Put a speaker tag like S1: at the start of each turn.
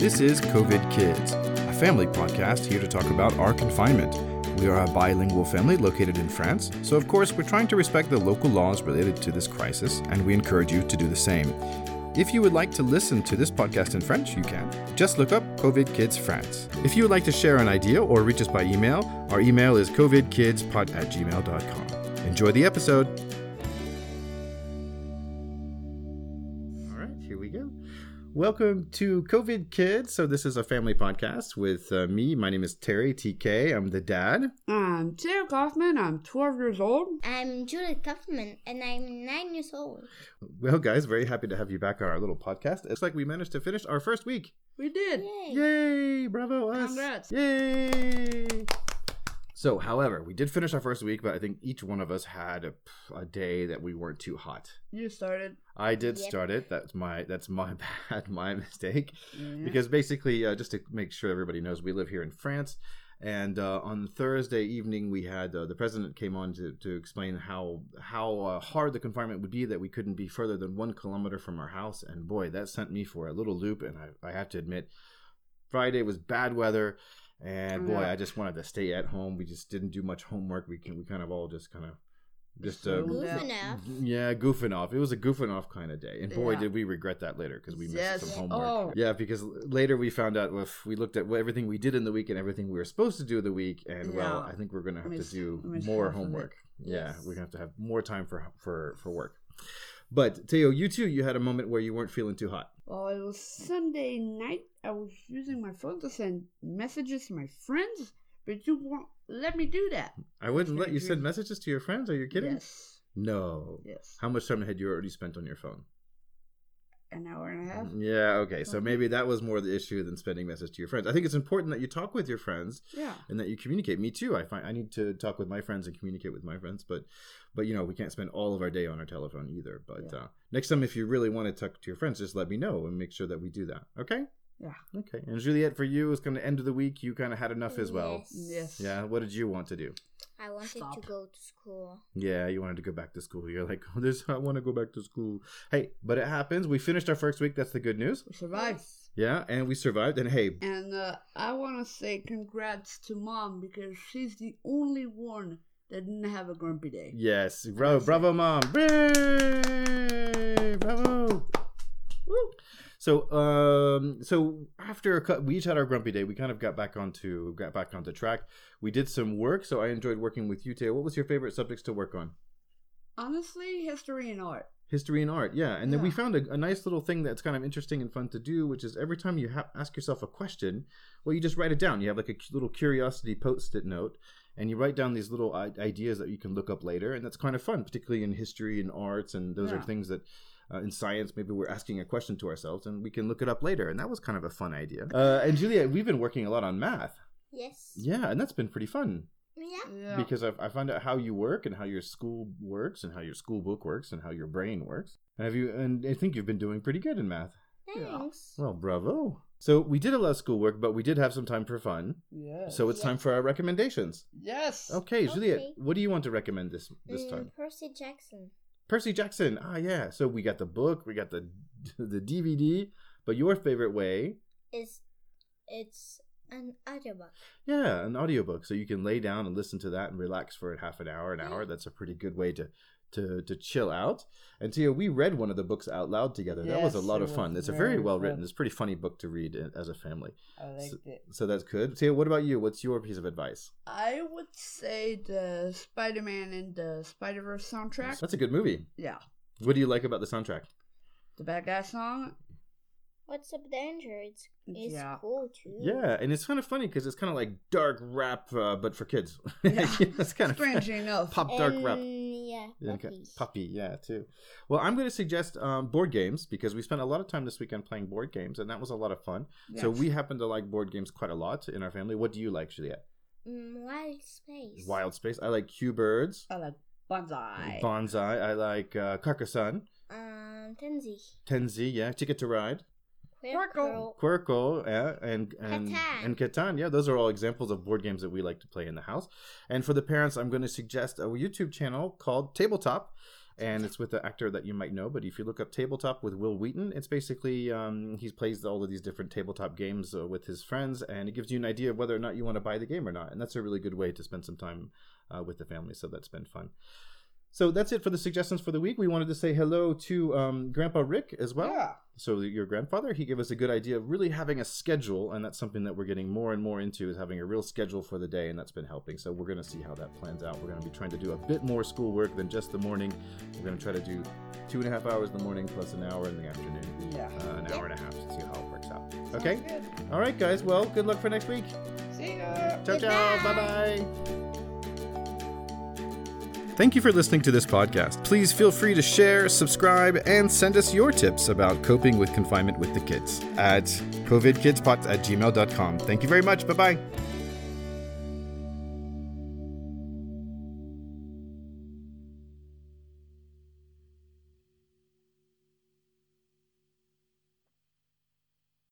S1: This is COVID Kids, a family podcast here to talk about our confinement. We are a bilingual family located in France, so of course we're trying to respect the local laws related to this crisis, and we encourage you to do the same. If you would like to listen to this podcast in French, you can. Just look up COVID Kids France. If you would like to share an idea or reach us by email, our email is covidkidspod at gmail.com. Enjoy the episode. All right, here we go. Welcome to COVID Kids. So, this is a family podcast with uh, me. My name is Terry TK. I'm the dad.
S2: I'm Taylor Kaufman. I'm 12 years old.
S3: I'm Judith Kaufman, and I'm nine years old.
S1: Well, guys, very happy to have you back on our little podcast. It's like we managed to finish our first week.
S2: We did.
S3: Yay!
S1: Yay! Bravo us!
S2: Congrats.
S1: Yay! So, however, we did finish our first week, but I think each one of us had a, a day that we weren't too hot.
S2: You started.
S1: I did
S3: Yep.
S1: start it. That's my that's my bad, my mistake.
S2: Yeah.
S1: Because basically, uh, just to make sure everybody knows, we live here in France. And uh, on Thursday evening, we had uh, the president came on to, to explain how how uh, hard the confinement would be that we couldn't be further than one kilometer from our house. And boy, that sent me for a little loop. And I, I have to admit, Friday was bad weather, and boy,
S2: Yeah.
S1: I just wanted to stay at home. We just didn't do much homework. We can we kind of all just kind of just uh,
S2: Zoned
S3: Good
S2: Yeah.
S3: enough.
S1: yeah, goofing off. It was a goofing off kind of day, and boy,
S2: Yeah.
S1: did we regret that later because we missed
S2: Yes.
S1: some homework.
S2: Oh.
S1: Yeah, because l- later we found out if we looked at what, everything we did in the week and everything we were supposed to do the week, and well,
S2: Yeah.
S1: I think we're gonna have
S2: Missed-
S1: to do
S2: missed
S1: more
S2: half of it.
S1: homework. Yeah,
S3: Yes.
S1: we're gonna have to have more time for for for work. But Teo, you too, you had a moment where you weren't feeling too hot.
S2: Well, it was Sunday night. I was using my phone to send messages to my friends, but you won't let me do that.
S1: I wouldn't let you
S2: Mhm.
S1: send messages to your friends. Are you kidding?
S2: Yes.
S1: No.
S2: Yes.
S1: How much time had you already spent on your phone? Mm,
S2: An hour and a half.
S1: Yeah, okay. So
S2: Okay.
S1: maybe that was more the issue than spending message to your friends. I think it's important that you talk with your friends
S2: Yeah.
S1: and that you communicate. Me too. I find I need to talk with my friends and communicate with my friends, but but you know we can't spend all of our day on our telephone either. But
S2: Yeah.
S1: uh, next time, if you really want to talk to your friends, just let me know and make sure that we do that. Okay.
S2: Yeah.
S1: Okay. And Juliet, for you, it's kind of end of the week. You kind of had enough as well.
S2: Yes.
S1: Yeah. What did you want to do?
S3: I wanted to
S2: Stop.
S3: go to school.
S1: Yeah, you wanted to go back to school. You're like, oh, this, I want to go back to school. Hey, but it happens. We finished our first week. That's the good news.
S2: We survived.
S1: Yeah, and we survived. And hey,
S2: And uh, I want to say congrats to mom because she's the only one that didn't have a grumpy day.
S1: Yes, bravo, bravo, mom! Yay! Bravo! Woo. So, um, so after a cou- we each had our grumpy day, we kind of got back onto got back onto track. We did some work, so I enjoyed working with you, Taylor. What was your favorite subjects to work on?
S2: Honestly, history and art.
S1: History and art, yeah. And then we
S2: Yeah.
S1: found a, a nice little thing that's kind of interesting and fun to do, which is every time you ha- ask yourself a question, well, you just write it down. You have like a cu- little curiosity post-it note, and you write down these little I- ideas that you can look up later, and that's kind of fun, particularly in history and arts, and those are
S2: Yeah.
S1: things that. Uh, in science, maybe we're asking a question to ourselves, and we can look it up later. And that was kind of a fun idea. Uh, and Julia, we've been working a lot on math.
S3: Yes.
S1: Yeah, and that's been pretty fun
S3: Yeah.
S2: Yeah.
S1: because I, I found out how you work and how your school works and how your school book works and how your brain works. And have you? And I think you've been doing pretty good in math.
S2: Yeah.
S3: Thanks.
S1: Well, bravo! So we did a lot of schoolwork, but we did have some time for fun.
S2: yes.
S1: So it's time for our recommendations.
S2: yes.
S1: Okay, Juliet,
S3: Okay.
S1: what do you want to recommend this this
S3: Mm,
S1: time?
S3: Percy Jackson.
S1: Percy Jackson. Ah, yeah. So we got the book, we got the the DVD, but your favorite way,
S3: is it's an audiobook.
S1: yeah, an audiobook. So you can lay down and listen to that and relax for half an hour, an hour. That's a pretty good way to to to chill out. And Tia, we read one of the books out loud together. that was a
S2: Yes,
S1: lot
S2: it
S1: of
S2: was
S1: fun. It's a very
S2: very
S1: well written.
S2: fun.
S1: It's a pretty funny book to read in- as a family.
S2: I liked it.
S1: So that's good. Tia, what about you? What's your piece of advice?
S2: I would say the Spider Man and the Spider Verse soundtrack.
S1: That's a good movie.
S2: Yeah.
S1: What do you like about the soundtrack?
S2: The bad guy song.
S3: What's up, danger? It's it's
S2: Yeah.
S3: cool too.
S1: Yeah, and it's kind of funny because it's kind of like dark rap, uh, but for kids.
S2: Yeah.
S1: it's kind of
S2: Strange enough.
S1: pop dark rap.
S3: And, Yeah.
S1: Yeah, okay.
S3: puppies.
S1: Puppy, yeah, too. Well, I'm going to suggest um, board games because we spent a lot of time this weekend playing board games, and that was a lot of fun. So
S2: Yes.
S1: we happen to like board games quite a lot in our family. What do you like, Juliet?
S3: Mm, wild space.
S1: Wild Space. I like Q Birds,
S2: I like Oh, Bonsai.
S1: Bonsai. I like uh, Carcassonne,
S3: Um, Tenzi.
S1: Tenzi, yeah, Ticket to Ride,
S2: Quirkle.
S1: Quirkle, yeah, and and
S3: Catan.
S1: and Catan. Yeah, those are all examples of board games that we like to play in the house. And for the parents, I'm going to suggest a YouTube channel called Tabletop. and it's with the actor that you might know. But if you look up tabletop with Will Wheaton, it's basically um, he plays all of these different tabletop games uh, with his friends, and it gives you an idea of whether or not you want to buy the game or not. And that's a really good way to spend some time uh, with the family. So that's been fun. So that's it for the suggestions for the week. We wanted to say hello to um, Grandpa Rick as well.
S2: yeah.
S1: So your grandfather, he gave us a good idea of really having a schedule, and that's something that we're getting more and more into is having a real schedule for the day, and that's been helping. So we're going to see how that plans out. We're going to be trying to do a bit more schoolwork than just the morning. We're going to try to do two and a half hours in the morning plus an hour in the afternoon,
S2: Yeah.
S1: uh, an hour and a half to see how it works out.
S2: Sounds
S1: Okay.
S2: good.
S1: All right, guys. Well, good luck for next week.
S2: See ya.
S1: Ciao, ciao. Bye
S3: Goodbye.
S1: bye. Thank you for listening to this podcast. Please feel free to share, subscribe, and send us your tips about coping with confinement with the kids at covidkidspod at gmail.com. Thank you very much. Bye bye.